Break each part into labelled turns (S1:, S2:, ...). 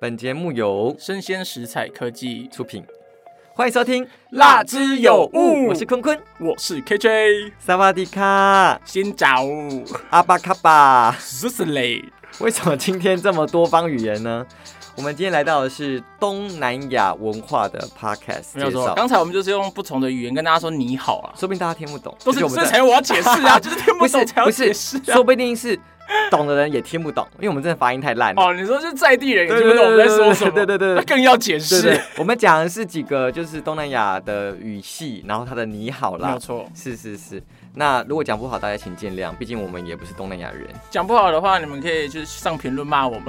S1: 本节目由
S2: 生鲜食材科技，
S1: 出品，欢迎收听《
S2: 辣之有物
S1: 我是坤坤，
S2: 我是 KJ，
S1: 萨瓦迪卡，
S2: 先找
S1: 阿巴卡巴。
S2: s u s l e
S1: 为什么今天这么多方语言呢？我们今天来到的是东南亚文化的 podcast
S2: 没有
S1: 介
S2: 错。
S1: 绍，
S2: 刚才我们就是用不同的语言跟大家说你好啊，
S1: 说不定大家听不懂，
S2: 都是
S1: 就我
S2: 这
S1: 们在
S2: 才我要解释 啊，就是听
S1: 不
S2: 不
S1: 是
S2: 懂才要
S1: 不是
S2: 解释，啊
S1: 说。不定是懂的人也听不懂，因为我们真的发音太烂了。
S2: 哦，你说是在地人也
S1: 对
S2: 听不懂我们在说什么，
S1: 对对对对对
S2: 那更要解
S1: 对
S2: 释
S1: 对，，我们讲的是几个就是东南亚的语系，然后它的你好
S2: 没
S1: 啦
S2: 有，错。
S1: 是是是。那如果讲不好，大家请见谅，毕竟我们也不是东南亚人。
S2: 讲不好的话，你们可以就是上评论骂我们，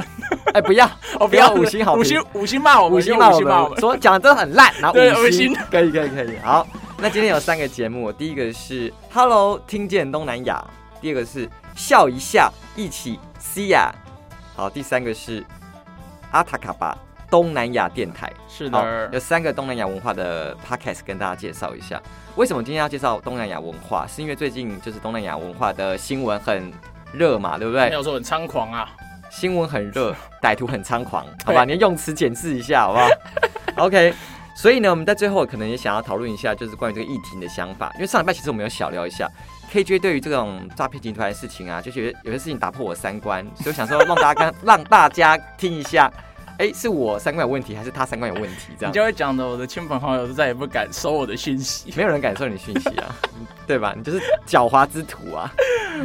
S1: 哎，不要，
S2: 哦
S1: 不要
S2: 不
S1: 五星好评
S2: 五星五星 骂我们，
S1: 五星
S2: 用
S1: 骂
S2: 五
S1: 我
S2: 星骂我
S1: 们，
S2: 们，
S1: 说讲得很烂，然后
S2: 对
S1: 五
S2: 五
S1: 星
S2: 星，
S1: 可以可以可以。好，那今天有三个节目，第一个是 Hello 听见东南亚，第二个是笑一下一起 See ya，好，第三个是阿塔卡巴东南亚电台。
S2: 是
S1: 好，
S2: 的
S1: 有，三个东南亚文化的 podcast 跟大家介绍一下。为什么今天要介绍东南亚文化？是因为最近就是东南亚文化的新闻很热嘛，对不
S2: 没
S1: 对？
S2: 有错，很猖狂啊。
S1: 新闻很 热，歹徒很猖狂，好吧？你的用词检视一下，好不好 ？OK。所以呢，我们在最后可能也想要讨论一下，就是关于这个议题的想法。因为上礼拜其实我们有小聊一下，KJ 对于这种诈骗集团的事情啊，就觉得有些事情打破我三观，所以我想说让大家跟 让大家听一下，哎、是我三观有问题，还是他三观有问题？这
S2: 你
S1: 样
S2: 就会讲的，我的亲朋好友都再也不敢收我的讯息。
S1: 没有人感受你讯息啊， 对吧？你就是狡猾之徒啊。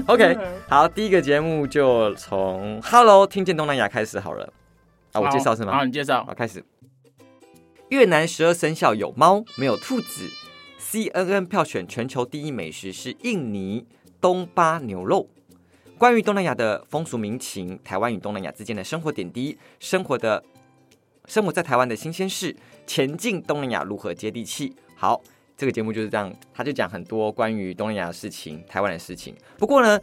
S1: OK，好，第一个节目就从 Hello 听见东南亚开始好了。啊，我介绍是吗？
S2: 好，你介绍。
S1: 好，开始。越南十二生肖有猫，没有兔子。CNN 票选全球第一美食是印尼东巴牛肉。关于东南亚的风俗民情，台湾与东南亚之间的生活点滴，生活的生活在台湾的新鲜事，前进东南亚如何接地气？好，这个节目就是这样，他就讲很多关于东南亚的事情，台湾的事情。不过呢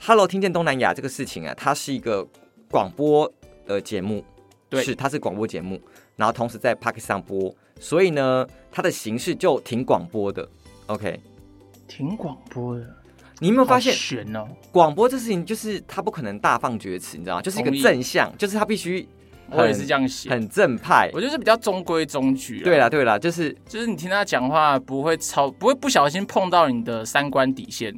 S1: ，Hello，听见东南亚这个事情啊，它是一个广播呃节目，
S2: 对
S1: 是它是广播节目，然后同时在 p a k i s 上播，所以呢，它的形式就挺广播的。OK，
S2: 挺广播的，
S1: 你有没有发现
S2: 好悬哦。
S1: 广播这事情就是它不可能大放厥词，你知道吗？就是一个
S2: 同意
S1: 正向，就是它必须很
S2: 我也是这样写，
S1: 很正派。
S2: 我就是比较中规中矩。
S1: 对，啦对啦，就是
S2: 就是你听他讲话不会超，不会不小心碰到你的三观底线。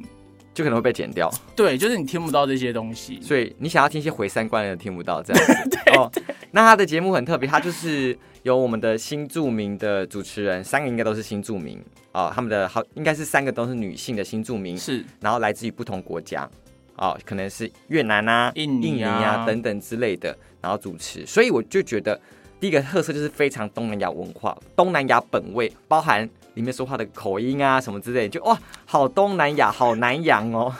S1: 就可能会被剪掉，
S2: 对，就是你听不到这些东西。
S1: 所以你想要听一些回三观的听不到 这样子。哦，那他的节目很特别，他就是有我们的新著名的主持人，三个应该都是新著名啊、哦，他们的好应该是三个都是女性的新著名，
S2: 是
S1: 然后来自于不同国家，哦，可能是越南啊、
S2: 印尼啊
S1: 啊等等之类的，然后主持，所以我就觉得第一个特色就是非常东南亚文化、东南亚本位，包含里面说话的口音啊什么之类的，就哇，好东南亚，好南洋哦，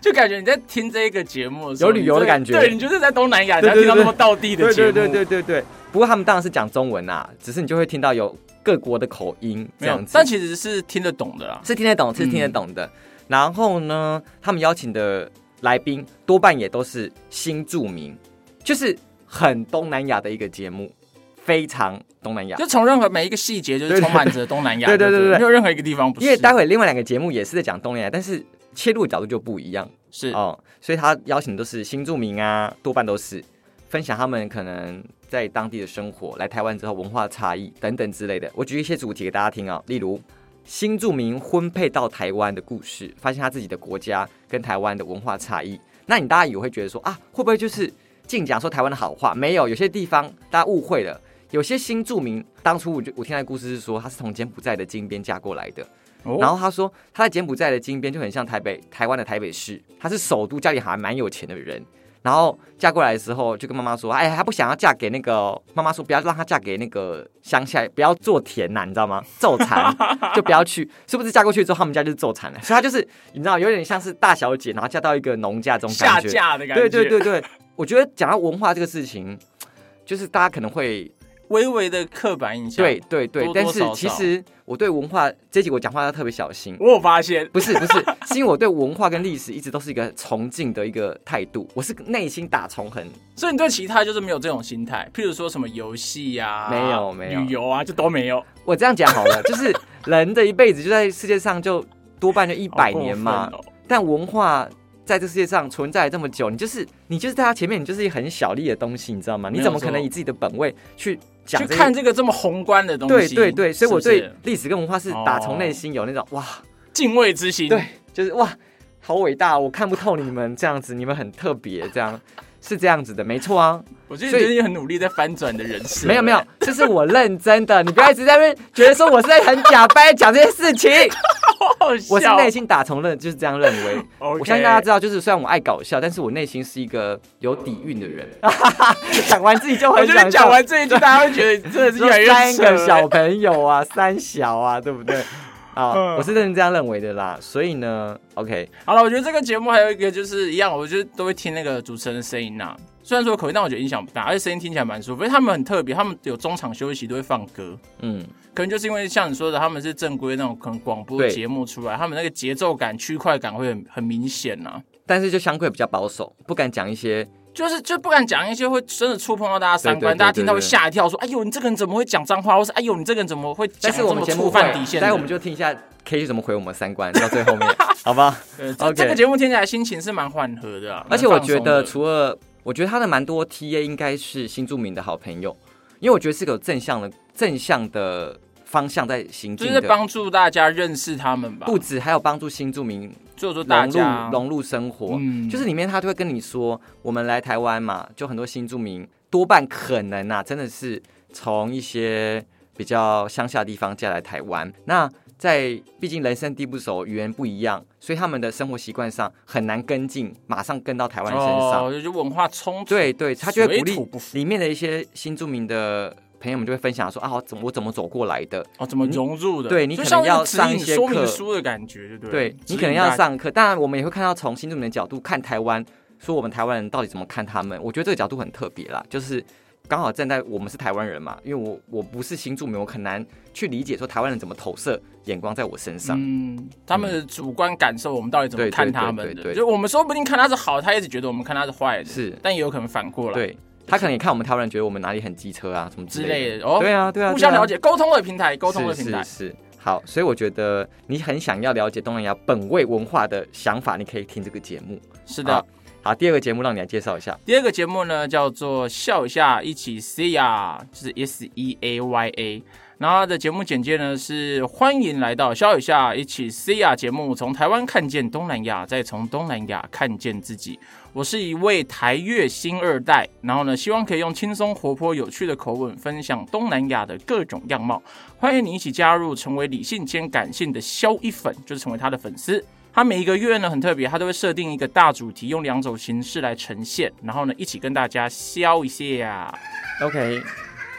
S2: 就感觉你在听这个节目的时候，
S1: 有旅游的感觉
S2: 你真对你就是在东南亚，你才
S1: 对对
S2: 听到
S1: 对
S2: 那么道地的
S1: 对
S2: 节目。
S1: 对对对对对。不过他们当然是讲中文啊，只是你就会听到有各国的口音这
S2: 没
S1: 样
S2: 有
S1: 子，，
S2: 但其实是听得懂的啦。
S1: 是听得懂，是听得懂的。然后呢，他们邀请的来宾多半也都是新著名，就是很东南亚的一个节目，非常东南亚。
S2: 就从任何每一个细节，就是
S1: 啊对对
S2: 充满着东南亚。
S1: 对对对对对
S2: 没有任何一个地方不是。
S1: 因为待会另外两个节目也是在讲东南亚，但是切入的角度就不一样
S2: 是
S1: 哦，所以他邀请的都是新著名啊，多半都是分享他们可能在当地的生活，来台湾之后文化差异等等之类的。我举一些主题给大家听啊、例如新著名婚配到台湾的故事，发现他自己的国家跟台湾的文化差异。那你大家也会觉得说啊，会不会就是净讲说台湾的好话？没有，有些地方大家误会了。有些新著名，当初我就我听他的故事是说，他是从柬埔寨的金边嫁过来的，
S2: 哦
S1: 然后他说，他在柬埔寨的金边就很像台北台湾的台北市，他是首都，家里还蛮有钱的人。然后嫁过来的时候，就跟妈妈说：“哎，她不想要嫁给那个。”妈妈说：“不要让她嫁给那个乡下，不要做田呐、你知道 吗？揍蚕就不要去。”是不是嫁过去之后，他们家就是揍蚕了？所以她就是你知道，有点像是大小姐，然后嫁到一个农家这种
S2: 下
S1: 感觉。
S2: 架的感觉，
S1: 对对，对对，我觉得讲到文化这个事情，就是大家可能会
S2: 微微的刻板印象。
S1: 对，对对，
S2: 多多
S1: 但是
S2: 少
S1: 其
S2: 少
S1: 实我对文化这集我讲话要特别小心。
S2: 我有发现，
S1: 不是不是， 是因为我对文化跟历史一直都是一个崇敬的一个态度，我是内心打重衡，
S2: 所以你对其他就是没有这种心态，譬如说什么游戏呀，
S1: 没有没有
S2: 旅游啊，就都没有。
S1: 我这样讲好 了，就是人的一辈子就在世界上就多半就一
S2: 好
S1: 百
S2: 过
S1: 年
S2: 分
S1: 嘛，
S2: 哦
S1: 但文化在这世界上存在这么久，你就是你就是在他前面，你就是一个很小粒的东西，你知道吗？
S2: 没有
S1: 你怎么可
S2: 错
S1: 能以自己的本位去讲
S2: 去
S1: 这些
S2: 看这个这么宏观的东
S1: 对
S2: 西，
S1: 对对，所以我
S2: 是不哦
S1: 对
S2: 是
S1: 历史跟文化是打从内心有那种哇，
S2: 敬畏之心，
S1: 对，就是哇，好伟大，我看不透你们这样子，你们很特别，这样是这样子的，没错啊，
S2: 我觉得
S1: 所以
S2: 你最近很努力在翻转你的人设，
S1: 没有没有，这是我认真的，你不要一直在那边觉得说我是在很假掰讲这些事 情，
S2: 好
S1: 我是
S2: 笑
S1: 内心打从认就是这样认为。
S2: OK
S1: 我相信大家知道，就是虽然我爱搞笑，但是我内心是一个有底蕴的 人。讲完自己就
S2: 我
S1: 很
S2: 觉得
S1: 想笑
S2: 讲完这一句，大家会觉得你真的是越来越
S1: 三个
S2: 扯
S1: 小朋友啊，三小啊，对不对？啊，
S2: 嗯
S1: 我是认真这样认为的啦。所以呢，OK，
S2: 好了，我觉得这个节目还有一个就是一样，我觉得都会听那个主持人的声音呐、虽然说有口音，但我觉得影响不大，而且声音听起来蛮舒服。因为他们很特别，他们有中场休息都会放歌，
S1: 嗯，
S2: 可能就是因为像你说的，他们是正规那种可能广播
S1: 对
S2: 节目出来，他们那个节奏感、区块感会很很明显呐、
S1: 但是就相对比较保守，不敢讲一些
S2: 就是就不敢讲一些会真的触碰到大家三
S1: 对对
S2: 观，
S1: 对
S2: 大家听到会
S1: 对对
S2: 吓一跳，说：“哎呦，你这个人怎么会讲脏话？”或是“哎呦，你这个人怎么会讲
S1: 但是我
S2: 这
S1: 们
S2: 么
S1: 节
S2: 触
S1: 目
S2: 犯底线的？”
S1: 但我们就听一下 K 是怎么回我们三观到最后 面，好吧？
S2: 对这
S1: OK
S2: 这个节目听起来心情是蛮缓和的啊、
S1: 而且我觉
S2: 蛮
S1: 得
S2: 放松的
S1: 除了我觉得他的蛮多 TA 应该是新著名的好朋友，因为我觉得是个有正向的正向的方向在行
S2: 就
S1: 进
S2: 是
S1: 的，
S2: 帮助大家认识他们吧，
S1: 不止还有帮助新著名
S2: 就说大
S1: 融入
S2: 家
S1: 融入生活，
S2: 嗯
S1: 就是里面他就会跟你说，我们来台湾嘛，就很多新住民多半可能啊，真的是从一些比较乡下的地方嫁来台湾。那在毕竟人生地不熟，语言不一样，所以他们的生活习惯上很难跟进，马上跟到台湾身上。
S2: 哦，就是文化冲突，
S1: 对对，他就会
S2: 水
S1: 鼓
S2: 土
S1: 励
S2: 不服
S1: 里面的一些新住民的朋友们就会分享说啊，我怎么我怎么走过来的？
S2: 哦，怎么融入的？
S1: 对你
S2: 就
S1: 可
S2: 像
S1: 能要
S2: 一个指
S1: 上一
S2: 引
S1: 些
S2: 说明
S1: 课
S2: 书的感觉，对不对
S1: 对
S2: 了？
S1: 你
S2: 指
S1: 可能
S2: 引
S1: 要
S2: 大家，
S1: 上课，当然我们也会看到从新住民的角度看台湾，说我们台湾人到底怎么看他们。我觉得这个角度很特别啦，就是刚好站在我们是台湾人嘛，因为我我不是新住民，我很难去理解说台湾人怎么投射眼光在我身上。
S2: 嗯，他们的主观感受，我们到底怎么
S1: 对对
S2: 看
S1: 对
S2: 他
S1: 对
S2: 们的？
S1: 对
S2: 就我们说不定看他是好，他一直觉得我们看他是坏的，
S1: 是
S2: 但也有可能反过来，
S1: 对他可能也看我们台湾人觉得我们哪里很机车啊什么之
S2: 之
S1: 类的。
S2: 类的。哦，
S1: 对啊，对啊，
S2: 互相
S1: 对啊
S2: 了解，沟通的平台，沟通的
S1: 是
S2: 平台
S1: 是。是。好，所以我觉得你很想要了解东南亚本位文化的想法，你可以听这个节目。
S2: 是
S1: 好
S2: 的，
S1: 好，第二个节目让你来介绍一下。
S2: 第二个节目呢叫做“笑一下，一起 see 呀”，就是 S E A Y A。然后它的节目简介呢是欢迎来到笑一下，一起 see 呀节目，从台湾看见东南亚，再从东南亚看见自己。我是一位台越新二代，然后呢，希望可以用轻松、活泼、有趣的口吻分享东南亚的各种样貌。欢迎你一起加入，成为理性兼感性的肖一粉，就是成为他的粉丝。他每一个月呢很特别，他都会设定一个大主题，用两种形式来呈现，然后呢一起跟大家消一下。
S1: OK，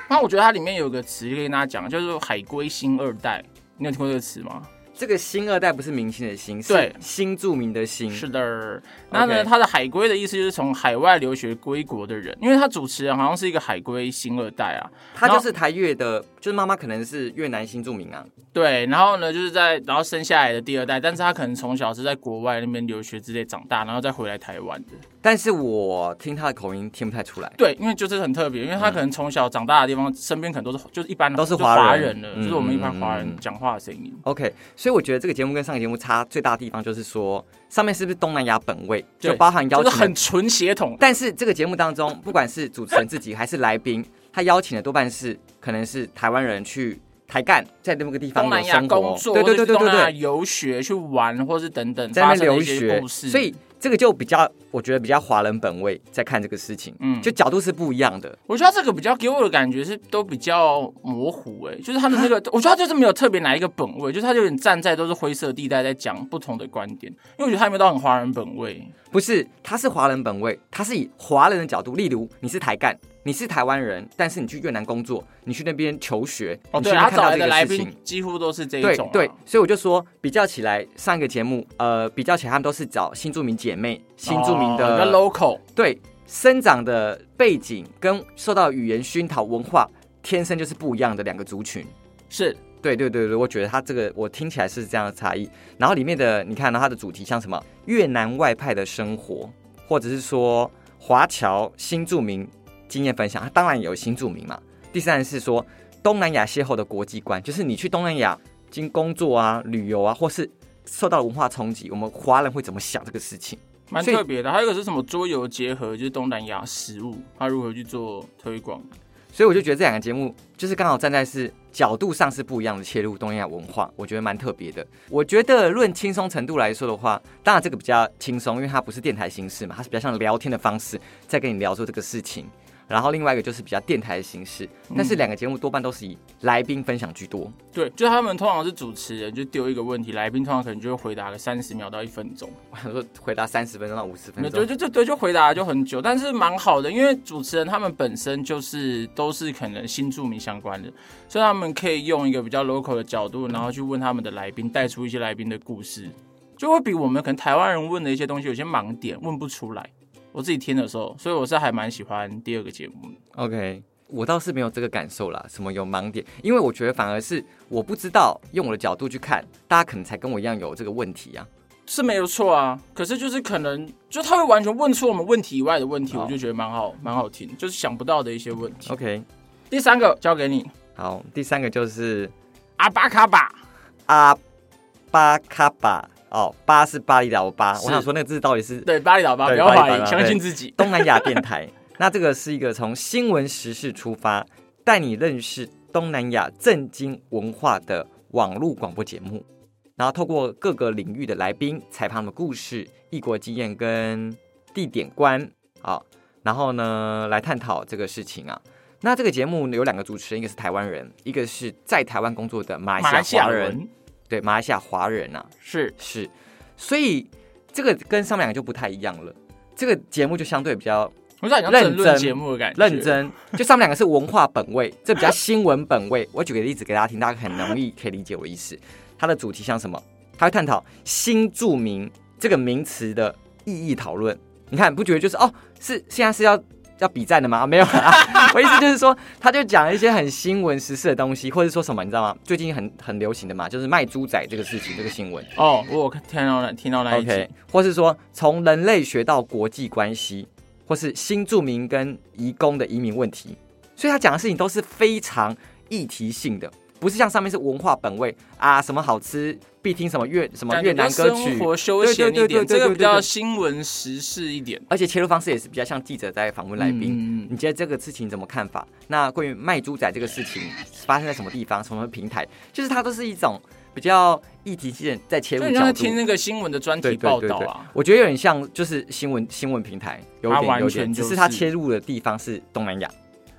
S2: 那我觉得它里面有个词可以跟大家讲，叫做“海龟新二代”，你有听过这个词吗？
S1: 这个新二代不是明星的星，
S2: 对
S1: 是新著名的新。
S2: 是的。那呢，
S1: 嗯 OK
S2: 他的海归的意思就是从海外留学归国的人，因为他主持人好像是一个海归新二代啊。
S1: 他就是台越的，就是妈妈可能是越南新住民啊，
S2: 对，然后呢，就是在然后生下来的第二代，但是他可能从小是在国外那边留学之类长大，然后再回来台湾的。
S1: 但是我听他的口音听不太出来。
S2: 对，因为就是很特别，因为他可能从小长大的地方，身边可能都是就是一般
S1: 嗯都是
S2: 就
S1: 华
S2: 华
S1: 人
S2: 了，
S1: 嗯
S2: 就是我们一般
S1: 嗯嗯
S2: 华人
S1: 嗯
S2: 讲话的声音。
S1: OK，所以我觉得这个节目跟上个节目差最大的地方就是说，上面是不是东南亚本位，
S2: 对
S1: 就包含邀
S2: 就是
S1: 请的
S2: 很纯血统，
S1: 但是这个节目当中，不管是主持人自己还是来宾， 他邀请的多半是可能是台湾人去台干，在那么个地方
S2: 东南
S1: 有
S2: 亚
S1: 生
S2: 工
S1: 活，
S2: 作，
S1: 对对对对
S2: 或
S1: 对
S2: 者是东南亚
S1: 对，
S2: 游学去玩，或是等等
S1: 在那
S2: 发
S1: 边
S2: 生的
S1: 留
S2: 一些
S1: 学，
S2: 故事。
S1: 所以这个就比较，我觉得比较华人本位在看这个事情，
S2: 嗯
S1: 嗯，就角度是不一样的。
S2: 我觉得他这个比较给我的感觉是都比较模糊、欸，就是他的那个，
S1: 啊
S2: 我觉得他就是没有特别哪一个本位，就是他有点站在都是灰色地带在讲不同的观点，因为我觉得他没有到很华人本位，
S1: 不是，他是华人本位，他是以华人的角度，例如你是台干，你是台湾人，但是你去越南工作，你去那边求学，
S2: 哦，
S1: 你
S2: 对
S1: 去那边
S2: 他
S1: 看
S2: 找
S1: 到
S2: 来
S1: 这
S2: 的
S1: 个
S2: 来
S1: 事情
S2: 宾。几乎都是这一
S1: 对
S2: 种、啊，
S1: 对，所以我就说，比较起来，上一个节目，呃，比较起来，他们都是找新住民姐妹、新住民
S2: 哦
S1: 的、
S2: 比较 local，
S1: 对生长的背景跟受到语言熏陶文化，天生就是不一样的两个族群。
S2: 是
S1: 对对对对，我觉得它这个我听起来是这样的差异。然后里面的你看到它的主题像什么越南外派的生活，或者是说华侨新住民经验分享，它当然也有新住民嘛。第三是说东南亚邂逅的国际观，就是你去东南亚经工作啊、旅游啊，或是受到文化冲击，我们华人会怎么想这个事情？
S2: 蛮
S1: 所以
S2: 特别的。还有一个是什么桌游结合，就是东南亚食物，它如何去做推广？
S1: 所以我就觉得这两个节目就是刚好站在是角度上是不一样的切入东南亚文化，我觉得蛮特别的。我觉得论轻松程度来说的话，当然这个比较轻松，因为它不是电台形式嘛，它是比较像聊天的方式在跟你聊说这个事情。然后另外一个就是比较电台的形式，但是两个节目多半都是以来宾分享居多。
S2: 对，就他们通常是主持人，就丢一个问题，来宾通常可能就会回答个三十秒到一分钟，
S1: 我想说回答三十分钟到五十分
S2: 对
S1: 钟
S2: 对，对对，就回答就很久，但是蛮好的，因为主持人他们本身就是都是可能新著名相关的，所以他们可以用一个比较 local 的角度，然后去问他们的来宾，带出一些来宾的故事，就会比我们可能台湾人问的一些东西有些盲点问不出来。我自己听的时候，所以我是还蛮喜欢第二个节目的。
S1: OK，我倒是没有这个感受啦，什么有盲点，因为我觉得反而是我不知道，用我的角度去看，大家可能才跟我一样有这个问题啊。
S2: 是没有错啊，可是就是可能就他会完全问出我们问题以外的问题，
S1: 好
S2: 我就觉得蛮好蛮好听，就是想不到的一些问题。
S1: OK，
S2: 第三个交给你，
S1: 好，第三个就是
S2: 阿巴卡巴，
S1: 阿巴卡巴哦，巴是巴厘岛的巴，
S2: 是
S1: 我想说那个字到底是
S2: 对巴厘岛巴，不
S1: 对
S2: 要
S1: 巴厘岛
S2: 怀
S1: 巴
S2: 疑，相信
S1: 对
S2: 自己。
S1: 东南亚电 台。那这个是一个从新闻时事出发，带你认识东南亚震惊文化的网络广播节目，然后透过各个领域的来宾采访他们的故事、异国经验跟地点观，好，然后呢来探讨这个事情啊。那这个节目有两个主持人，一个是台湾人，一个是在台湾工作的马
S2: 马
S1: 来
S2: 来
S1: 西
S2: 西
S1: 亚华
S2: 亚
S1: 人，
S2: 人
S1: 对马来西亚华人啊，
S2: 是
S1: 是，所以这个跟上面两个就不太一样了。这个节目就相对比较
S2: 我想像
S1: 认
S2: 政论
S1: 真
S2: 节目的感觉，
S1: 认。真，就上面两个是文化本位，这比较新闻本位。我举个例子给大家听，大家很容易可以理解我的意思。它的主题像什么？它会探讨“新著名”这个名词的意义讨论。你看，不觉得就是哦，是现在是要要比战的吗？啊 没有啦，我意思就是说，他就讲一些很新闻时事的东西，或者说什么，你知道吗？最近很很流行的嘛，就是卖猪仔这个事情，这个新闻。
S2: 哦，我有听到那听到那一集
S1: OK，或是说从人类学到国际关系，或是新住民跟移工的移民问题，所以他讲的事情都是非常议题性的，不是像上面是文化本位啊，什么好吃必听什么越什么
S2: 感觉
S1: 越
S2: 比较
S1: 南歌曲
S2: 生，活休
S1: 对
S2: 闲
S1: 对对对
S2: 一点，
S1: 对
S2: 这个
S1: 对
S2: 比较
S1: 对
S2: 新闻时事一点。
S1: 而且切入方式也是比较像记者在访问来宾。
S2: 嗯，嗯嗯
S1: 你觉得这个事情怎么看法？那关于卖猪仔这个事情发生在什么地方、什么平台，就是它都是一种比较议题性的在切入
S2: 就
S1: 角
S2: 你
S1: 度。
S2: 刚才听那个新闻的专
S1: 对
S2: 题
S1: 对
S2: 报
S1: 对
S2: 道
S1: 对
S2: 啊，，
S1: 我觉得有点像就是新闻新闻平台，有
S2: 它
S1: 点
S2: 完
S1: 有点，
S2: 全
S1: 只
S2: 就是是
S1: 它切入的地方是东南亚。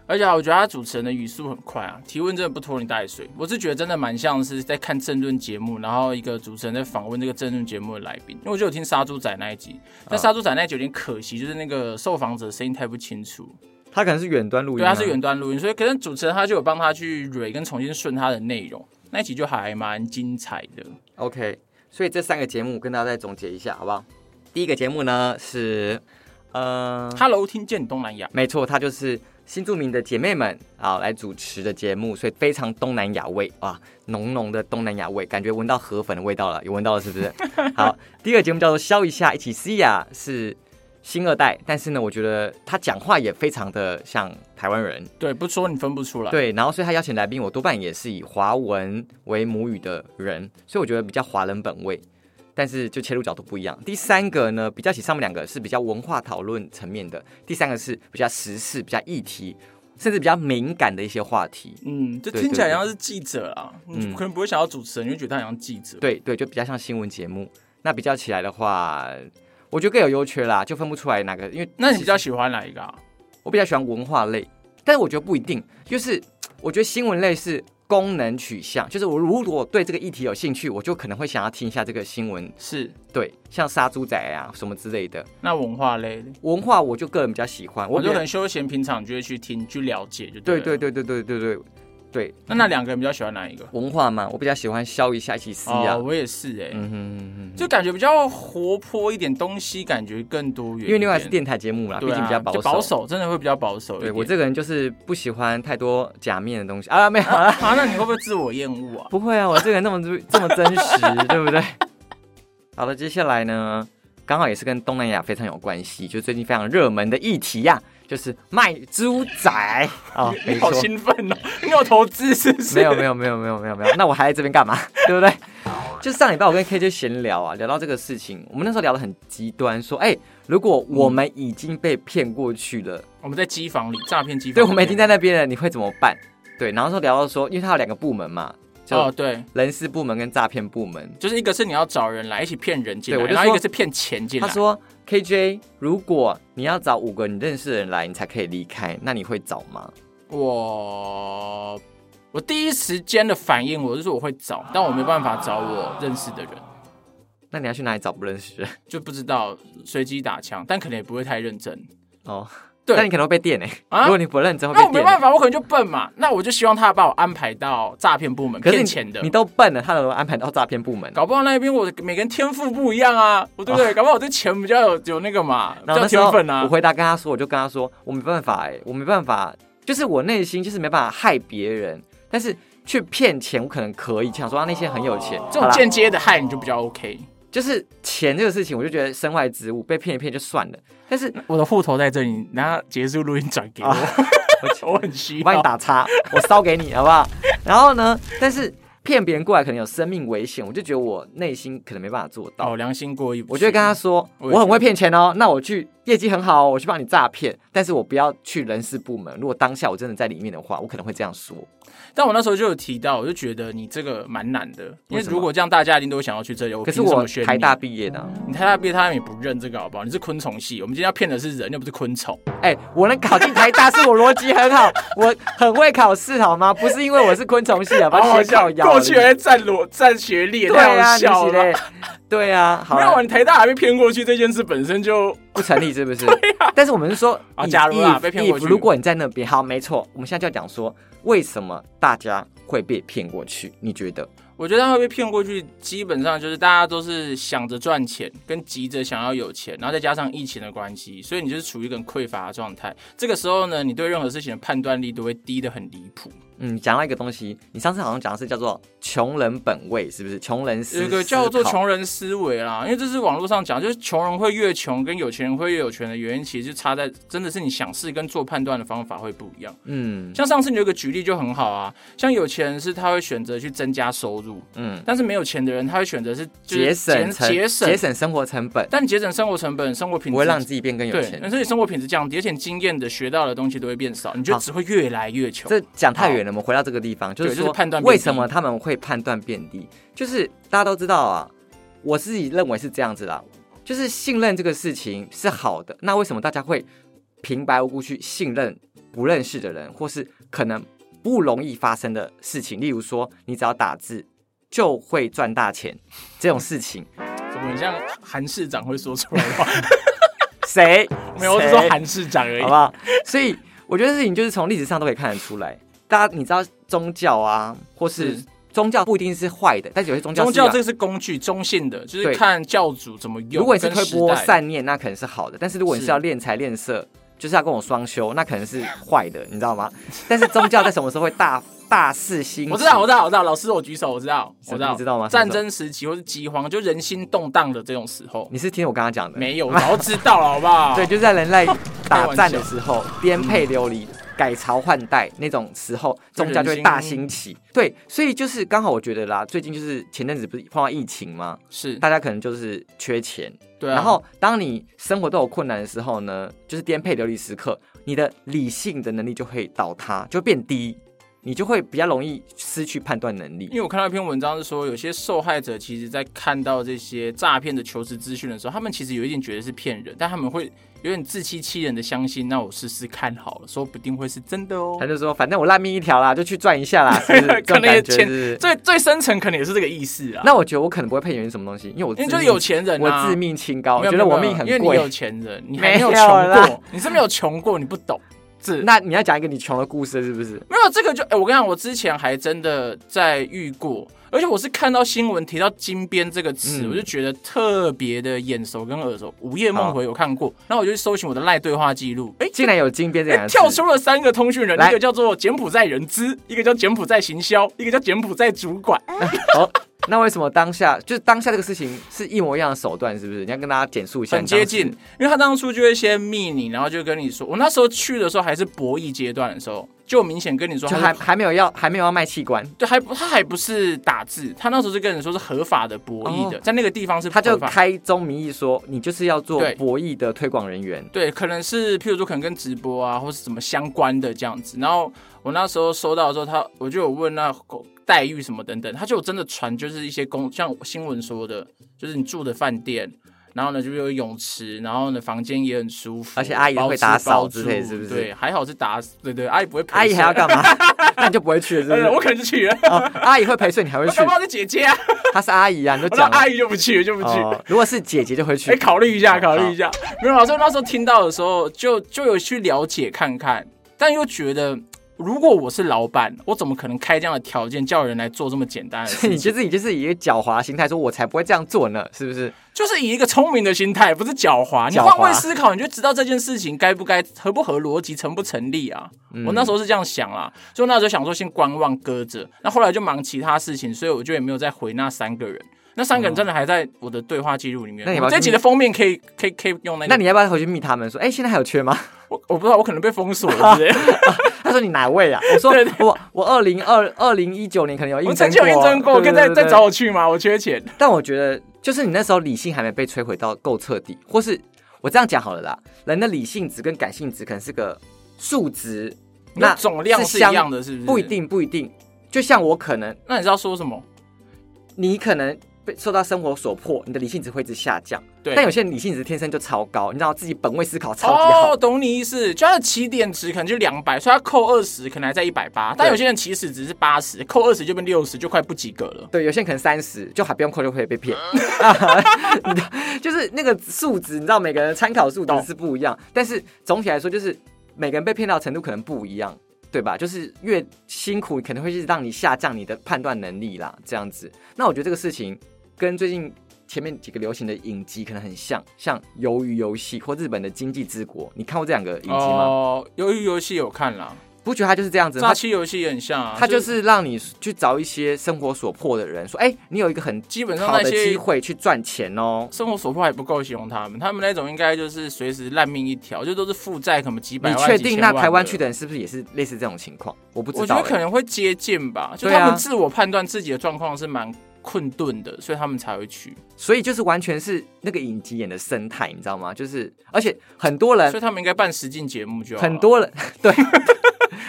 S2: 而且啊我觉得他主持人的语速很快啊，提问真的不拖泥带水。我是觉得真的蛮像是在看政论节目，然后一个主持人在访问这个政论节目的来宾。因为我就有听杀猪仔那一集，
S1: 啊
S2: 但杀猪仔那一集有点可惜，就是那个受访者声音太不清楚，
S1: 它可能是远端录音、啊
S2: 对，他是远。端录音，所以可能主持人他就有帮他去蕊跟重新顺他的内容。那一集就还蛮精彩的，
S1: OK，所以这三个节目跟大家再总结一下，好不好？第一个节目呢是，呃，
S2: 哈喽，听见东南亚，
S1: 没错，它就是新著名的姐妹们啊来主持的节目，所以非常东南亚味啊，浓浓的东南亚味，感觉闻到河粉的味道了，有闻到了是不是？好，第二个节目叫做《消一下一起 see 呀》，是新二代，但是呢，我觉得他讲话也非常的像台湾人，
S2: 对，不说你分不出来。
S1: 对，然后所以他邀请来宾，我多半也是以华文为母语的人，所以我觉得比较华人本位，但是就切入角度不一样。第三个呢，比较起上面两个是比较文化讨论层面的，第三个是比较时事、比较议题，甚至比较敏感的一些话题。
S2: 嗯，这
S1: 对
S2: 听起来
S1: 对对嗯
S2: 像是记者啊，你可能不会想到主持人，你会觉得他很像记者。
S1: 对对，就比较像新闻节目。那比较起来的话，我觉得各有优缺啦，就分不出来哪个，因为
S2: 那你比较喜欢哪一个啊？
S1: 我比较喜欢文化类，但是我觉得不一定，就是我觉得新闻类是功能取向，就是我如果对这个议题有兴趣，我就可能会想要听一下这个新闻，
S2: 是
S1: 对，像杀猪仔啊什么之类的。
S2: 那文化类的，
S1: 文化我就个人比较喜欢，我
S2: 我
S1: 比
S2: 就
S1: 较
S2: 很休闲，平常就会去听去了解，就
S1: 对
S2: 对
S1: 对对
S2: 了。
S1: 对对对对对
S2: 那那两个人比较喜欢哪一个？
S1: 文化嘛，我比较喜欢消一下一起撕啊，
S2: 我也是哎，
S1: 嗯哼嗯哼，
S2: 就感觉比较活泼一点，东西感觉更多元一点。
S1: 因为另外是电台节目啦，毕
S2: 对
S1: 竟
S2: 啊，
S1: 比较保
S2: 就
S1: 守。
S2: 保守，真的会比较保守一
S1: 对
S2: 点。
S1: 我这个人就是不喜欢太多假面的东西啊， 没有啊，
S2: 啊，那你会不会自我厌恶啊？
S1: 不会啊，我这个人那么 这么真实，对不对？好了，接下来呢，刚好也是跟东南亚非常有关系，就最近非常热门的议题呀、就是卖猪仔啊、
S2: 你
S1: 没
S2: 好
S1: 错，
S2: 兴奋哦！你有投资是不是？
S1: 没有没有没有没有没有没有，那我还在这边干嘛？对不对？
S2: 呀
S1: 就上礼拜我跟 KJ 闲聊啊，聊到这个事情，我们那时候聊得很极端，说，哎、如果我们已经被骗过去了，
S2: 我们在机房里诈骗机房里面，
S1: 对，我们已经在那边了，你会怎么办？对，然后说聊到说，因为它有两个部门嘛，就
S2: 哦，对，
S1: 人事部门跟诈骗部门。
S2: 就是一个是你要找人来一起骗人进
S1: 对
S2: 来，
S1: 我就
S2: 然后一
S1: 说
S2: 个是骗钱进来。
S1: 他说：“KJ，如果你要找五个你认识的人来，你才可以离开，那你会找吗
S2: 我我第一时间的反应，我是说我会找，但我没办法找我认识的人，？”
S1: 那你要去哪里找不认识人？
S2: 就不知道随机打枪，但可能也不会太认真。
S1: 哦，
S2: 对
S1: 但你可能会被电哎、
S2: 啊
S1: 如果你不认真会
S2: 那我
S1: 被
S2: 没
S1: 电。欸
S2: 办法，我可能就笨嘛。那我就希望他把我安排到诈骗部门
S1: 可是
S2: 骗
S1: 你
S2: 钱的
S1: 你。都笨了，他怎么安排到诈骗部门？
S2: 搞不好那边我每个人天赋不一样啊，我对不对？搞不好我对钱比较有有那个嘛，比
S1: 然后那
S2: 较
S1: 时
S2: 天
S1: 候
S2: 分啊
S1: 我。回答跟他说，我就跟他说，我没办法哎、我没办法，就是我内心就是没办法害别人，但是去骗钱我可能可以，想说啊那些很有钱，
S2: 这
S1: 好
S2: 种
S1: 啦
S2: 间接的害你就比较 OK。
S1: 就是钱这个事情，我就觉得身外之物，被骗一骗就算了。但是
S2: 我的户头在这里，然后结束录音转给我， 我很需
S1: 啊我帮你
S2: 要。
S1: 打 叉，我烧给你，好不好？然后呢，但是骗别人过来可能有生命危险，我就觉得我内心可能没办法做到。
S2: 哦，良心过意不去。
S1: 我就会跟他说，
S2: 我也觉得
S1: 我很会骗钱哦，那我去业绩很好哦，我去帮你诈骗，但是我不要去人事部门。如果当下我真的在里面的话，我可能会这样说。
S2: 但我那时候就有提到，我就觉得你这个蛮难的，因为
S1: 为什么
S2: 如果这样，大家一定都会想要去这里。我
S1: 可是
S2: 凭什
S1: 我
S2: 么选你
S1: 台大，毕业的啊，
S2: 你台大毕业，他们也不认这个，好不好？你是昆虫系，我们今天要骗的是人，又不是昆虫。
S1: 哎、我能考进台大是我逻辑很好，我很会考试好吗？不是因为我是昆虫系啊，把
S2: 好
S1: 学
S2: 笑
S1: 校咬
S2: 过去还
S1: 了。
S2: 在占裸占学历，
S1: 对
S2: 太
S1: 啊，
S2: 好
S1: 你
S2: 笑
S1: 是嘞
S2: 了。，
S1: 对啊，好
S2: 没
S1: 啦
S2: 有，你台大还被骗过去这件事本身就
S1: 不成立是 不是？但是我们是说，
S2: 啊
S1: 以
S2: 假如啦被骗过
S1: if
S2: 去
S1: 如果你在那边，好，没错，我们现在就要讲说，为什么大家会被骗过去？你觉得？
S2: 我觉得他会被骗过去，基本上就是大家都是想着赚钱，跟急着想要有钱，然后再加上疫情的关系，所以你就是处于一个很匮乏的状态。这个时候呢，你对任何事情的判断力都会低得很离谱。
S1: 嗯，讲到一个东西，你上次好像讲的是叫做“穷人本位”，是不是？穷人思
S2: 有一个叫做
S1: 思
S2: “
S1: 考
S2: 穷人思维”啦，因为这是网络上讲，就是穷人会越穷，跟有钱人会越有钱的原因，其实就差在真的是你想事跟做判断的方法会不一样。
S1: 嗯
S2: 像上次你有一个举例就很好啊，像有钱人是他会选择去增加收入，
S1: 嗯，
S2: 但是没有钱的人他会选择是就
S1: 节
S2: 是
S1: 省成
S2: 节省
S1: 节省生活成本，
S2: 但你节省生活成本、生活品质，
S1: 不会让自己变更有
S2: 对，
S1: 钱
S2: 但。是你生活品质降低，而且你经验的、学到的东西都会变少，你就
S1: 好
S2: 只会越来越穷。
S1: 这讲太远了，我们回到这个地方，就是
S2: 就是
S1: 说
S2: 判断变低
S1: 为什么他们会判断变低，就是大家都知道啊，我自己认为是这样子啦，就是信任这个事情是好的，那为什么大家会平白无故去信任不认识的人，或是可能不容易发生的事情，例如说你只要打字就会赚大钱这种事情，
S2: 怎么很像韩市长会说出来 的话？
S1: 谁
S2: 没有，我是说
S1: 谁
S2: 韩市长而已
S1: 好不。好？所以我觉得事情就是从历史上都可以看得出来。大家你知道宗教啊，或是
S2: 是
S1: 宗教不一定是坏的，但是有啊些宗教
S2: 宗
S1: 是
S2: 教
S1: 要
S2: 这个是工具，中性的，就是
S1: 对
S2: 看教主怎么用。
S1: 如果你是
S2: 跟
S1: 推
S2: 时
S1: 波
S2: 代，
S1: 善念，那可能是好的；但是如果你
S2: 是
S1: 是要练财练色，就是要跟我双修，那可能是坏的，你知道吗？但是宗教在什么时候会大大肆兴起？
S2: 我知道，我知道，我知道。老师，我举手，我知道，我知道，
S1: 你知道吗
S2: 战争时期或是饥荒，就人心动荡的这种时候，
S1: 你是听我刚刚讲的，
S2: 没有，我早就知道了，好不好？
S1: 对，就是在人类
S2: 开
S1: 打
S2: 玩
S1: 战
S2: 笑嗯
S1: 的时候，颠沛流离、改朝换代那种时候，
S2: 就
S1: 宗教
S2: 人
S1: 就会
S2: 心
S1: 大兴起。对，所以就是刚好我觉得啦，最近就是前阵子不是碰到疫情吗？
S2: 是，
S1: 大家可能就是缺钱，
S2: 对啊。
S1: 然后当你生活都有困难的时候呢，就是颠沛流离时刻，你的理性的能力就会倒塌，就会变低，你就会比较容易失去判断能
S2: 因
S1: 力。
S2: 为我看到一篇文章是说，有些受害者其实在看到这些诈骗的求职资讯的时候，他们其实有一点觉得是骗人，但他们会有点自欺欺人的相信，那我试试看好了，说不定会是真的哦
S1: 他。就说：“反正我烂命一条啦，就去赚一下 啦，是不是
S2: 可
S1: 这
S2: 能？”
S1: 种
S2: 也
S1: 感觉是
S2: 欠
S1: 不是
S2: 最最深层可能也是这个意思啊，
S1: 那我觉得我可能不会配原因什么东西，因为我
S2: 因为
S1: 自
S2: 就是
S1: 命
S2: 有钱人啊，
S1: 我自命清高，
S2: 没
S1: 我
S2: 有
S1: 哦觉得
S2: 没有
S1: 我命很
S2: 没有因为你有
S1: 贵。
S2: 钱人，你还没有
S1: 没有
S2: 穷过
S1: 啦，
S2: 你是没有穷过，你不懂。是
S1: 那你要讲一个你穷的故事是不是？
S2: 没有这个就哎、我跟你讲，我之前还真的在遇过，而且我是看到新闻提到“金边”这个词，
S1: 嗯
S2: 我就觉得特别的眼熟跟耳熟。《午夜梦回》有看过，然后我就去搜寻我的赖对话记录，哎、
S1: 竟然有金边这
S2: 哎
S1: 两个字，
S2: 跳出了三个通讯人，
S1: 来
S2: 一个叫做柬埔寨人资，一个叫柬埔寨行销，一个叫柬埔寨主管。
S1: 哦，那为什么当下就是当下这个事情是一模一样的手段，是不是？你要跟大家简述一下，
S2: 很接近，因为他当初就会先密你，然后就跟你说，我那时候去的时候还是博弈阶段的时候，就明显跟你说
S1: 就
S2: 它是
S1: 还还没有要还没有要卖器官，
S2: 对，还不他还不是打字，他那时候是跟人说是合法的博弈的，在那个地方是
S1: 哦他就
S2: 合法
S1: 开宗明义说你就是要做
S2: 对
S1: 博弈的推广人员，
S2: 对，可能是譬如说可能跟直播啊，或是什么相关的这样子。然后我那时候收到的时候，他我就有问那待遇什么等等，他就有真的传就是一些公像新闻说的，就是你住的饭店。然后呢，就有泳池，然后呢，房间也很舒服，
S1: 而且阿姨
S2: 包
S1: 会
S2: 吃
S1: 打扫
S2: 包
S1: 之类
S2: 住
S1: 是不是
S2: 对，还好是打，对对，阿姨不会陪
S1: 阿姨还要
S2: 睡
S1: 干 嘛？那你就不会去了，是不
S2: 哎我
S1: 是？
S2: 可能就去 了，
S1: 哦，阿姨会陪睡，你还会
S2: 我
S1: 去
S2: 搞不？好是姐姐啊，
S1: 她是阿姨啊，你就
S2: 我说
S1: 讲了
S2: 阿姨就不去，就不去。
S1: 哦。如果是姐姐就会
S2: 哎、
S1: 去，
S2: 考虑一下，
S1: 好
S2: 考虑一下。没有，老啊师那时候听到的时候，就就有去了解看看，但又觉得，如果我是老板，我怎么可能开这样的条件叫人来做这么简单的 事
S1: 你
S2: 情？
S1: 就自己就是以一个狡猾心态说，我才不会这样做呢，是不是？
S2: 就是以一个聪明的心态，不是 狡猾。你
S1: 狡猾
S2: 换位思考，你就知道这件事情该不该、合不合逻辑、成不成立啊。我那时候是这样想啦，所以我那时候想说先观望搁着。那后来就忙其他事情，所以我就也没有再回那三个人。那三个人真的还在我的对话记录里面。
S1: 那你
S2: 我
S1: 把
S2: 们这集的封面可以可以可以用那个
S1: 那你要不要回去密他们说，哎、现在还有缺 吗？
S2: 我我不知道，我可能被封锁了之类的。
S1: 他说你哪位 啊？我说
S2: 对对
S1: 我我二零二二零一九年可能有
S2: 我
S1: 应征
S2: 曾经有应征过，
S1: 对
S2: 跟
S1: 对
S2: 再
S1: 对
S2: 再
S1: 对
S2: 找我去吗？我缺钱。
S1: 但我觉得，就是你那时候理性还没被摧毁到够彻底，或是我这样讲好了啦，人的理性值跟感性值可能是个数值，
S2: 那总量是一
S1: 相
S2: 样的，是不是？
S1: 不一。定不一定。就像我可能，
S2: 那你知道说什么？
S1: 你可能被受到生活所迫，你的理性值会一直下降。
S2: 对
S1: 但有些人理性值天生就超高，你知道自己本位思考超级好。
S2: 哦，懂你意思，就他的起点值可能就两百，所以他扣二十，可能还在一百八。但有些人起始值是八十，扣二十就变六十，就快不及格了。
S1: 对，有些人可能三十就还不用扣就会被骗， 啊就是那个数值，你知道每个人参考数值
S2: 懂
S1: 是不一样，但是总体来说就是每个人被骗到的程度可能不一样，对吧？就是越辛苦，可能会是让你下降你的判断能力啦，这样子。那我觉得这个事情跟最近前面几个流行的影集可能很像，像《鱿鱼游戏》或日本的《经济之国》，你看过这两个影集吗？
S2: 哦，鱿鱼游戏有看啦，
S1: 不觉得它就是这样子吗？
S2: 诈
S1: 它
S2: 欺游戏也很像啊，
S1: 它就是让你去找一些生活所迫的人，说，哎、你有一个很
S2: 基本上
S1: 好
S2: 那
S1: 的机
S2: 些
S1: 会去赚钱哦。
S2: 生活所迫还不够形容他们，他们那种应该就是随时烂命一条，就都是负债，可能几百
S1: 你
S2: 万。
S1: 确
S2: 几
S1: 定
S2: 千
S1: 那
S2: 万
S1: 台湾
S2: 的
S1: 去的人是不是也是类似这种情况？我不知
S2: 我
S1: 道、
S2: 觉得可
S1: 欸。
S2: 能会接近吧，就
S1: 对啊
S2: 他们自我判断自己的状况是蛮困顿的，所以他们才会去，
S1: 所以就是完全是那个影集演的生态，你知道吗？就是而且很多
S2: 所
S1: 人，
S2: 以他们应该办实境节目就好了
S1: 很 多人，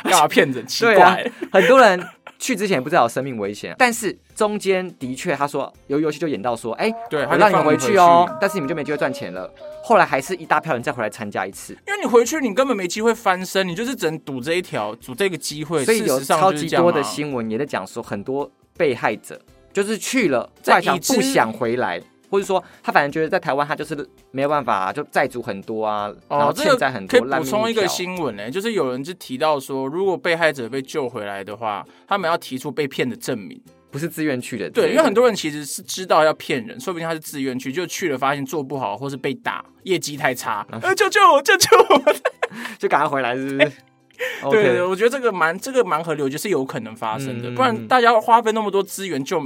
S2: 干嘛骗人？奇
S1: 对啊
S2: 怪，
S1: 很多人 去之前不知道有生命危险，啊但是中间的确他说有游戏就演到说，哎、
S2: 对，
S1: 我
S2: 他就
S1: 让你
S2: 放
S1: 们
S2: 你
S1: 回去哦，，但是你们就没机会赚钱了。后来还是一大票人再回来参加一次，
S2: 因为你回去你根本没机会翻身，你就是只能赌这一条，赌这个机会。
S1: 所以有
S2: 事实上
S1: 超
S2: 就是
S1: 级
S2: 这样
S1: 多的
S2: 啊
S1: 新闻也在讲说，很多被害者就是去了，
S2: 在
S1: 再想
S2: 已知
S1: 不想回来，或者说他反正觉得在台湾他就是没有办法、就债主很多啊，然后
S2: 哦，这
S1: 欠债
S2: 个
S1: 很
S2: 可
S1: 多，
S2: 以补
S1: 烂
S2: 充
S1: 命
S2: 一个
S1: 条
S2: 新闻呢、就是有人就提到说，如果被害者被救回来的话，他们要提出被骗的证明。
S1: 不是自愿去的，
S2: 对，因为很多人其实是知道要骗人，说不定他是自愿去，就去了发现做不好，或是被打，业绩太差，
S1: 啊
S2: 呃，救救我，救救我！
S1: 就赶快回来，是不是
S2: 对对，
S1: ？OK，
S2: 对我觉得这个蛮这个蛮河流，就是有可能发生的，
S1: 嗯
S2: 不然大家花费那么多资源救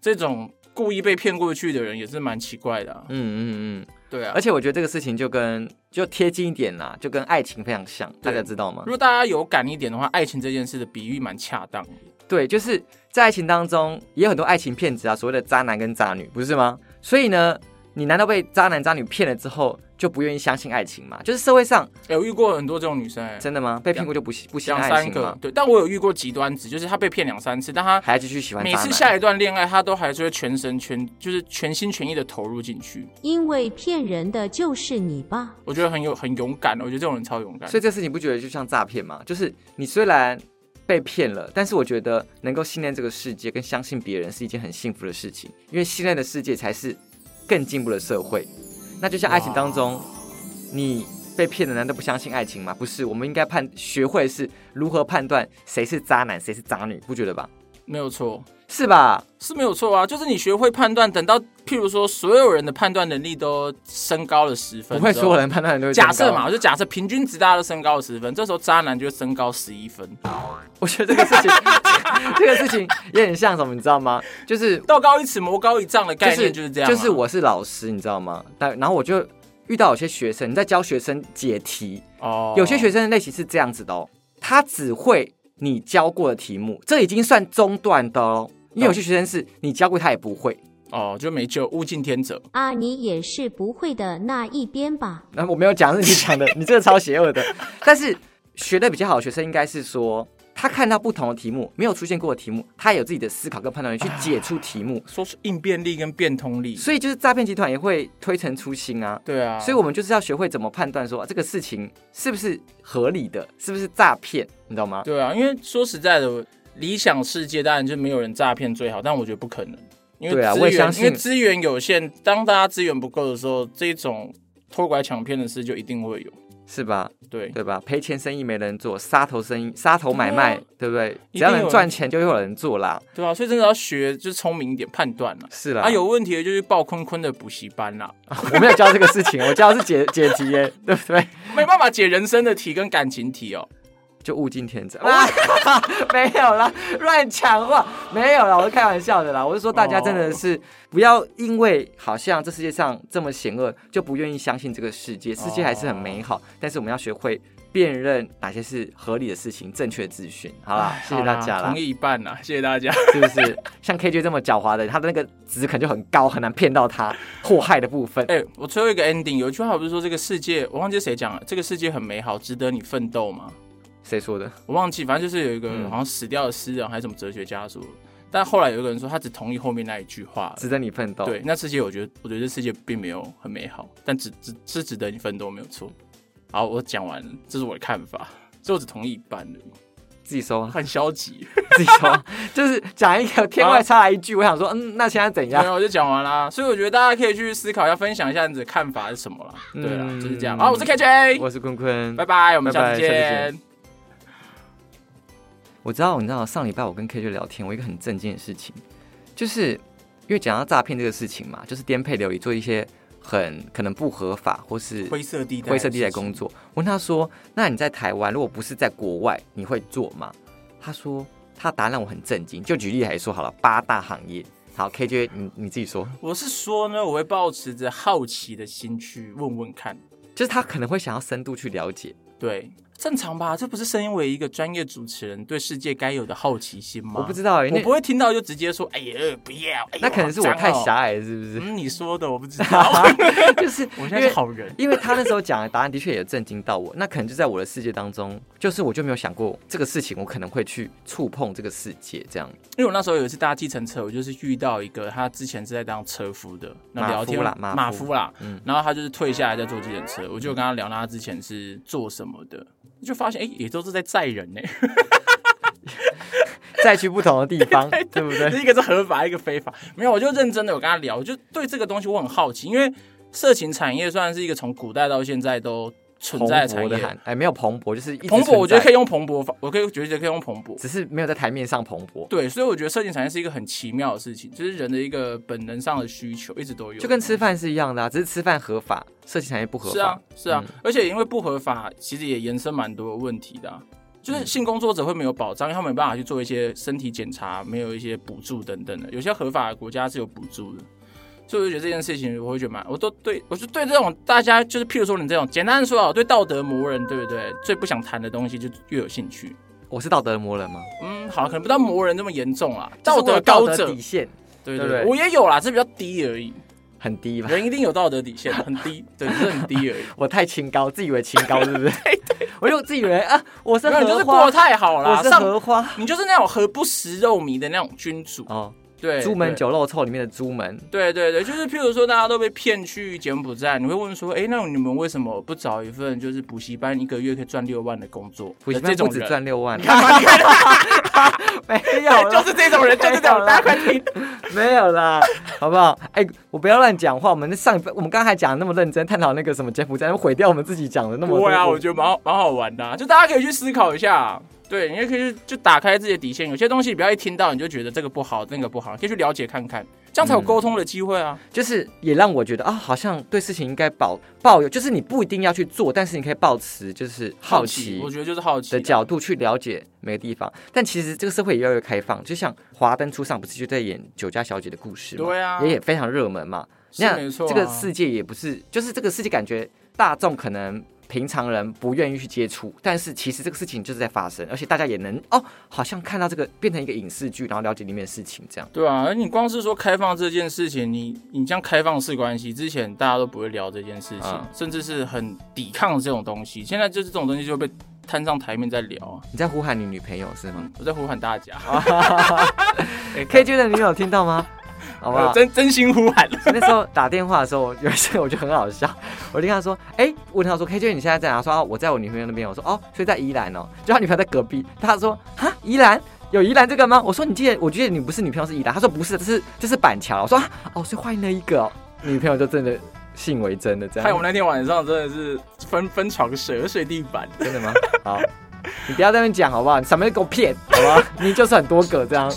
S2: 这种故意被骗过去的人，也是蛮奇怪的啊、
S1: 嗯嗯嗯，
S2: 对啊
S1: 而。且我觉得这个事情就跟就贴近一点啦，就跟爱情非常像，大
S2: 对
S1: 家知道吗
S2: 如？果大家有感一点的话，爱情这件事的比喻蛮恰当的。
S1: 对，就是在爱情当中也有很多爱情骗子啊，所谓的渣男跟渣女，不是吗？所以呢，你难道被渣男渣女骗了之后就不愿意相信爱情吗？就是社会上
S2: 哎、我遇过很多这种女生、哎，
S1: 真的吗？被骗过就不信不信
S2: 两
S1: 爱
S2: 三
S1: 情
S2: 个
S1: 吗？，
S2: 对，但我有遇过极端值，就是她被骗两三次，但她
S1: 还要继续喜欢
S2: 每
S1: 渣
S2: 次
S1: 男？
S2: 下一段恋爱，他都还是会全神全，就是全心全意的投入进去。
S3: 因为骗人的就是你吧。
S2: 我觉得很有很勇敢，我觉得这种人超勇敢
S1: 所。以这事情不觉得就像诈骗吗？就是你虽然被骗了，但是我觉得能够信任这个世界跟相信别人是一件很幸福的事情，因为信任的世界才是更进步的社会。那就像爱情当中，你被骗了，难道不相信爱情吗？不是，我们应该判学会是如何判断谁是渣男，谁是渣女，不觉得吧？
S2: 没有错，
S1: 是吧？
S2: 是没有错啊，就是你学会判断，等到譬如说所有人的判断能力都升高了十分，
S1: 不会
S2: 之
S1: 所
S2: 后
S1: 有人判断人都会
S2: 假
S1: 这
S2: 设
S1: 么高啊
S2: 嘛，，我就假设平均值大家都升高了十分，这时候渣男就会升高十一分，
S1: 啊我觉得这个事情， 这个事情也很像什么，你知道吗？就是
S2: 道高一尺，魔高一丈的概念
S1: 就
S2: 就是是这样、啊
S1: 就是，我是老师，你知道吗？但然后我就遇到有些学生，你在教学生解题，
S2: 哦
S1: 有些学生的类型是这样子的哦。他只会你教过的题目，这已经算中段的哦。因为有些学生是你教过他也不会，
S2: 哦，就没救，物竞天择。
S3: 啊，你也是不会的那一边吧？
S1: 那我没有讲是你 讲的，你这个超邪恶的。但是学的比较好的学生应该是说，他看到不同的题目，没有出现过的题目，他有自己的思考跟判断力去解出题目，
S2: 说是应变力跟变通力，
S1: 所以就是诈骗集团也会推陈出新啊。
S2: 对啊，
S1: 所以我们就是要学会怎么判断说这个事情是不是合理的，是不是诈骗，你懂吗？
S2: 对啊，因为说实在的，理想世界当然就没有人诈骗最好，但我觉得不可能，因为资
S1: 对啊
S2: 源，
S1: 我也相信
S2: 因为资源有限，当大家资源不够的时候，这种偷拐抢骗的事就一定会有。
S1: 是吧？
S2: 对，
S1: 对吧？赔钱生意没人做，杀头生意、杀头买卖，对
S2: 对
S1: 不对？只
S2: 一定
S1: 要
S2: 有
S1: 能
S2: 人
S1: 赚钱，就会有人做啦。
S2: 对啊，所以真的要学，就是聪明一点，判断了。
S1: 是啦，
S2: 啊，有问题的就去报坤坤的补习班啦，
S1: 我没有教这个事情，我教的是解解题耶，对不对？
S2: 没办法解人生的题跟感情题哦。
S1: 就物竞天择，啊 没有啦，乱讲话，没有啦，我是开玩笑的啦。我是说，大家真的是不要因为好像这世界上这么险恶，就不愿意相信这个世界，世界还是很美好。但是我们要学会辨认哪些是合理的事情、正确资讯。哎好啦，谢谢大家
S2: 好
S1: 啦
S2: 同，意一半啦，谢谢大家。
S1: 是不是？像 KJ 这么狡猾的，他的那个值可能就很高，很难骗到他祸害的部分。
S2: 哎、我最后一个 ending 有一句话不是说这个世界，我忘记谁讲了，这个世界很美好，值得你奋斗吗？
S1: 谁说的？
S2: 我忘记，反正就是有一个
S1: 嗯
S2: 好像死掉的诗人还是什么哲学家说，但后来有一个人说他只同意后面那一句话。
S1: 值得你奋斗。
S2: 对，，那世界我觉得，我觉得这世界并没有很美好，但只只是值得你奋斗，没有错。好，我讲完了，这是我的看法，所以我只同意一半的，
S1: 自己收啊，
S2: 很消极。
S1: 自己收啊， 就是讲一个天外插来一句，我想说，嗯，那现在怎样
S2: 没？有，我就讲完啦。所以我觉得大家可以去思考一下，分享一下你的看法是什么啦。
S1: 嗯
S2: 对啦，就是这样。好，我是 KJ，
S1: 我是坤坤，
S2: 哎拜拜，我们下次
S1: 拜拜下次
S2: 见。
S1: 我知道，你知道，上礼拜我跟 KJ 聊天，我有一个很震惊的事情，就是因为讲到诈骗这个事情嘛，就是颠沛流离，做一些很可能不合法或是
S2: 灰色地带，
S1: 灰色地带工。作。问他说：“那你在台湾，如果不是在国外，你会做吗？”他说：“他的答案让我很震惊。就举例来说好了，八大行业。好，KJ，你你自己说，
S2: 我是说呢，我会抱持着好奇的心去问问看。
S1: 就是他可能会想要深度去了解。
S2: 对，正常吧？这不是身为一个专业主持人对世界该有的好奇心吗？
S1: 我不知道、欸，
S2: 我
S1: 那
S2: 不会听到就直接说：“哎呀，不要！”哎呦
S1: 那可能是我太。
S2: 好脏
S1: 狭
S2: 哦
S1: 隘，了，是不是？
S2: 嗯，你说的我不知道。
S1: 就是
S2: 我
S1: 因
S2: 现在
S1: 为
S2: 是好人。
S1: 因为他那时候讲的答案的确也震惊到我， 那可能就在我的世界当中，就是我就没有想过这个事情，我可能会去触碰这个世界这样。
S2: 因为我那时候有一次搭计程车，我就是遇到一个他之前是在当车夫的，那聊天
S1: 马夫啦马夫
S2: 马夫啦，
S1: 嗯
S2: 然后他就是退下来在坐计程车，我就跟他聊他之前是做什么的，就发现哎、诶也都是在载人呢、
S1: 再去不同的地 方，对不对？
S2: 一个是合法，一个非法。没有，我就认真的有跟他聊，我就对这个东西我很好奇，因为色情产业算是一个从古代到现在都存
S1: 蓬
S2: 在的产
S1: 勃的
S2: 业。
S1: 喊，哎，没有蓬勃，就是一直
S2: 蓬勃，我觉得可
S1: 以，
S2: 以用蓬勃法，我可以觉得可以用蓬勃。
S1: 只是没有在台面上蓬勃，
S2: 对，所以我觉得色情产业是一个很奇妙的事情，就是人的一个本能上的需求一直都有，
S1: 就跟吃饭是一样的、啊，只是吃饭合法，色情产业不合法。
S2: 是啊，是啊，
S1: 嗯
S2: 而且因为不合法，其实也延伸蛮多的问题的啊、
S1: 嗯
S2: 就是性工作者会没有保障，因为他们没办法去做一些身体检查，没有一些补助等等的。有些合法的国家是有补助的，所以我就觉得这件事情，我会觉得蛮，我都对我就对这种大家就是，譬如说你这种简单的说啊，我对道德魔人，对不对？最不想谈的东西就越有兴趣。
S1: 我是道德魔人吗？
S2: 嗯，好，可能不到魔人那么严重啦，
S1: 就是
S2: 道
S1: 我有
S2: 德
S1: 道
S2: 高
S1: 德
S2: 者，
S1: 底线
S2: 对
S1: 对
S2: 对
S1: 不
S2: 对，
S1: 对
S2: 我也有啦，这比较低而已。
S1: 很低吧？
S2: 人一定有道德底线，很低，对， 只是很低而已。
S1: 我太清高，自以为清高，是不是？ 我就自以为啊，我是
S2: 没有，
S1: 荷
S2: 你就是过
S1: 花
S2: 得，太好
S1: 我
S2: 啦，
S1: 是
S2: 上
S1: 荷花
S2: 你就是那种何不食肉糜的那种君主，
S1: 哦，
S2: 对，
S1: 朱门酒肉臭里面的朱门，
S2: 对，对对对，就是譬如说大家都被骗去柬埔寨，你会问说，哎，那你们为什么不找一份就是补习班一个月可以赚六万的工作？
S1: 补习班
S2: 这
S1: 不
S2: 种
S1: 止
S2: 人，
S1: 赚六万，
S2: 干嘛你看
S1: 没有
S2: 就
S1: 啦，
S2: 是这种人，就是这 种
S1: 哎
S2: 人，大家快听，
S1: 没有啦，好不好？哎、我不要乱讲话。我们上一辈，我们刚才讲的那么认真，探讨那个什么柬埔寨，毁掉我们自己讲的那么
S2: 不
S1: 多。
S2: 会啊，我觉得蛮好蛮好玩的啊、就大家可以去思考一下。对，你也可以去就打开自己的底线，有些东西不要一听到你就觉得这个不好，那个不好，可以去了解看看，这样
S1: 嗯
S2: 才有沟通的机会啊。
S1: 就是也让我觉得啊，好像对事情应该抱抱有，就是你不一定要去做，但是你可以抱持就是好奇
S2: 我觉得就是好奇
S1: 的
S2: 啊
S1: 角度去了解每个地方。但其实这个社会也越来越开放，就像《华灯初上》不是就在演酒家小姐的故事吗？
S2: 对啊
S1: 也也非常热门嘛。
S2: 是
S1: 那
S2: 没错啊
S1: 这个世界也不是，就是这个世界感觉大众可能平常人不愿意去接触，但是其实这个事情就是在发生，而且大家也能哦，好像看到这个变成一个影视剧，然后了解里面的事情这样。
S2: 对啊，而你光是说开放这件事情，你你像开放式关系，之前大家都不会聊这件事情，
S1: 嗯
S2: 甚至是很抵抗这种东西。现在就是这种东西就被摊上台面在聊啊。
S1: 你在呼喊你女朋友是 吗
S2: 我在呼喊大 家，
S1: ？KJ 的女友听到吗？好不好
S2: 我？真真心呼喊。
S1: 那时候打电话的时候，有一次我就很好笑， 我就跟他说：“哎、问他说，K J 你现在在哪？”他说、啊：“我在我女朋友那边。”我说：“哦，所以在宜兰哦。”就他女朋友在隔壁，他说：“哈，宜兰有宜兰这个吗？”我说：“你记得，我记得你不是女朋友是宜兰。”他说：“不是，这是这是板桥。”我说：“啊，哦，所以换那一个、哦、女朋友就真的信为真的这
S2: 害我
S1: 样，
S2: 们那天晚上真的是分分床蛇睡地板。
S1: 真的吗？好，你不要在那边讲好不好？你什么都给我骗好不好？你就是很多个这样，